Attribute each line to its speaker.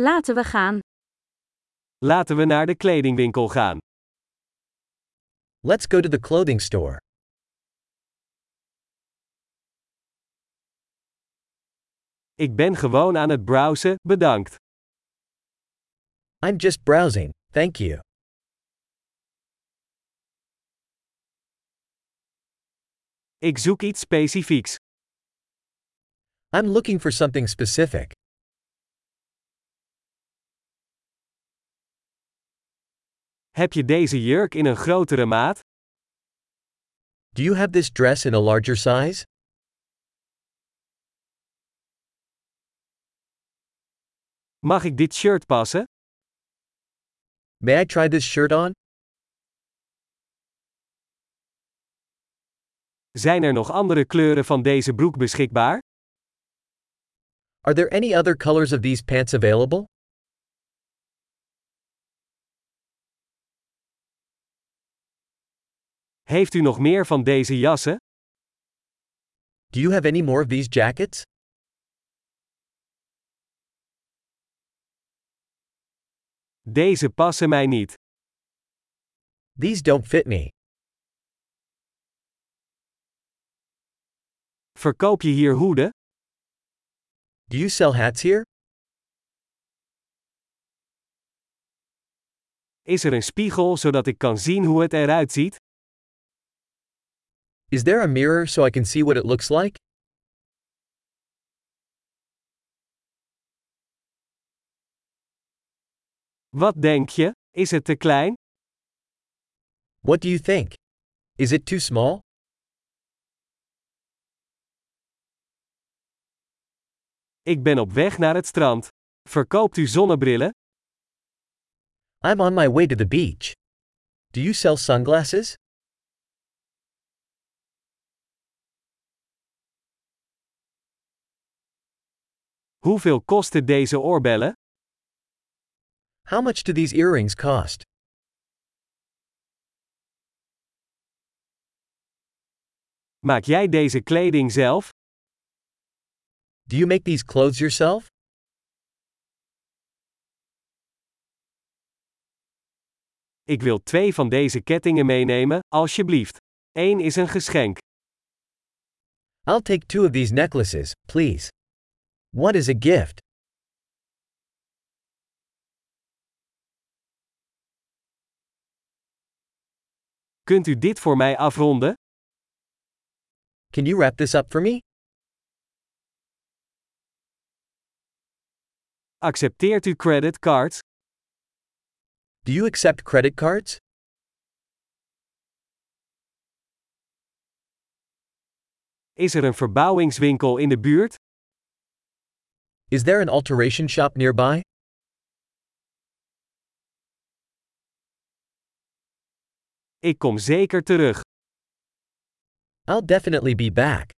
Speaker 1: Laten we gaan.
Speaker 2: Laten we naar de kledingwinkel gaan.
Speaker 3: Let's go to the clothing store.
Speaker 2: Ik ben gewoon aan het browsen, bedankt.
Speaker 3: I'm just browsing, thank you.
Speaker 2: Ik zoek iets specifieks.
Speaker 3: I'm looking for something specific.
Speaker 2: Heb je deze jurk in een grotere maat?
Speaker 3: Do you have this dress in a larger size?
Speaker 2: Mag ik dit shirt passen?
Speaker 3: May I try this shirt on?
Speaker 2: Zijn er nog andere kleuren van deze broek beschikbaar?
Speaker 3: Are there any other colors of these pants available?
Speaker 2: Heeft u nog meer van deze jassen?
Speaker 3: Do you have any more of these jackets?
Speaker 2: Deze passen mij niet.
Speaker 3: These don't fit me.
Speaker 2: Verkoop je hier hoeden?
Speaker 3: Do you sell hats here?
Speaker 2: Is er een spiegel zodat ik kan zien hoe het eruit ziet?
Speaker 3: Is there a mirror so I can see what it looks like?
Speaker 2: Wat denk je? Is het te klein?
Speaker 3: What do you think? Is it too small?
Speaker 2: Ik ben op weg naar het strand. Verkoopt u zonnebrillen?
Speaker 3: I'm on my way to the beach. Do you sell sunglasses?
Speaker 2: Hoeveel kosten deze oorbellen?
Speaker 3: How much do these earrings cost?
Speaker 2: Maak jij deze kleding zelf?
Speaker 3: Do you make these clothes yourself?
Speaker 2: Ik wil twee van deze kettingen meenemen, alsjeblieft. Eén is een geschenk.
Speaker 3: I'll take two of these necklaces, please. What is a gift?
Speaker 2: Kunt u dit voor mij afronden?
Speaker 3: Can you wrap this up for me?
Speaker 2: Accepteert u creditcards?
Speaker 3: Do you accept credit cards?
Speaker 2: Is er een verbouwingswinkel in de buurt?
Speaker 3: Is there an alteration shop nearby?
Speaker 2: Ik kom zeker terug.
Speaker 3: I'll definitely be back.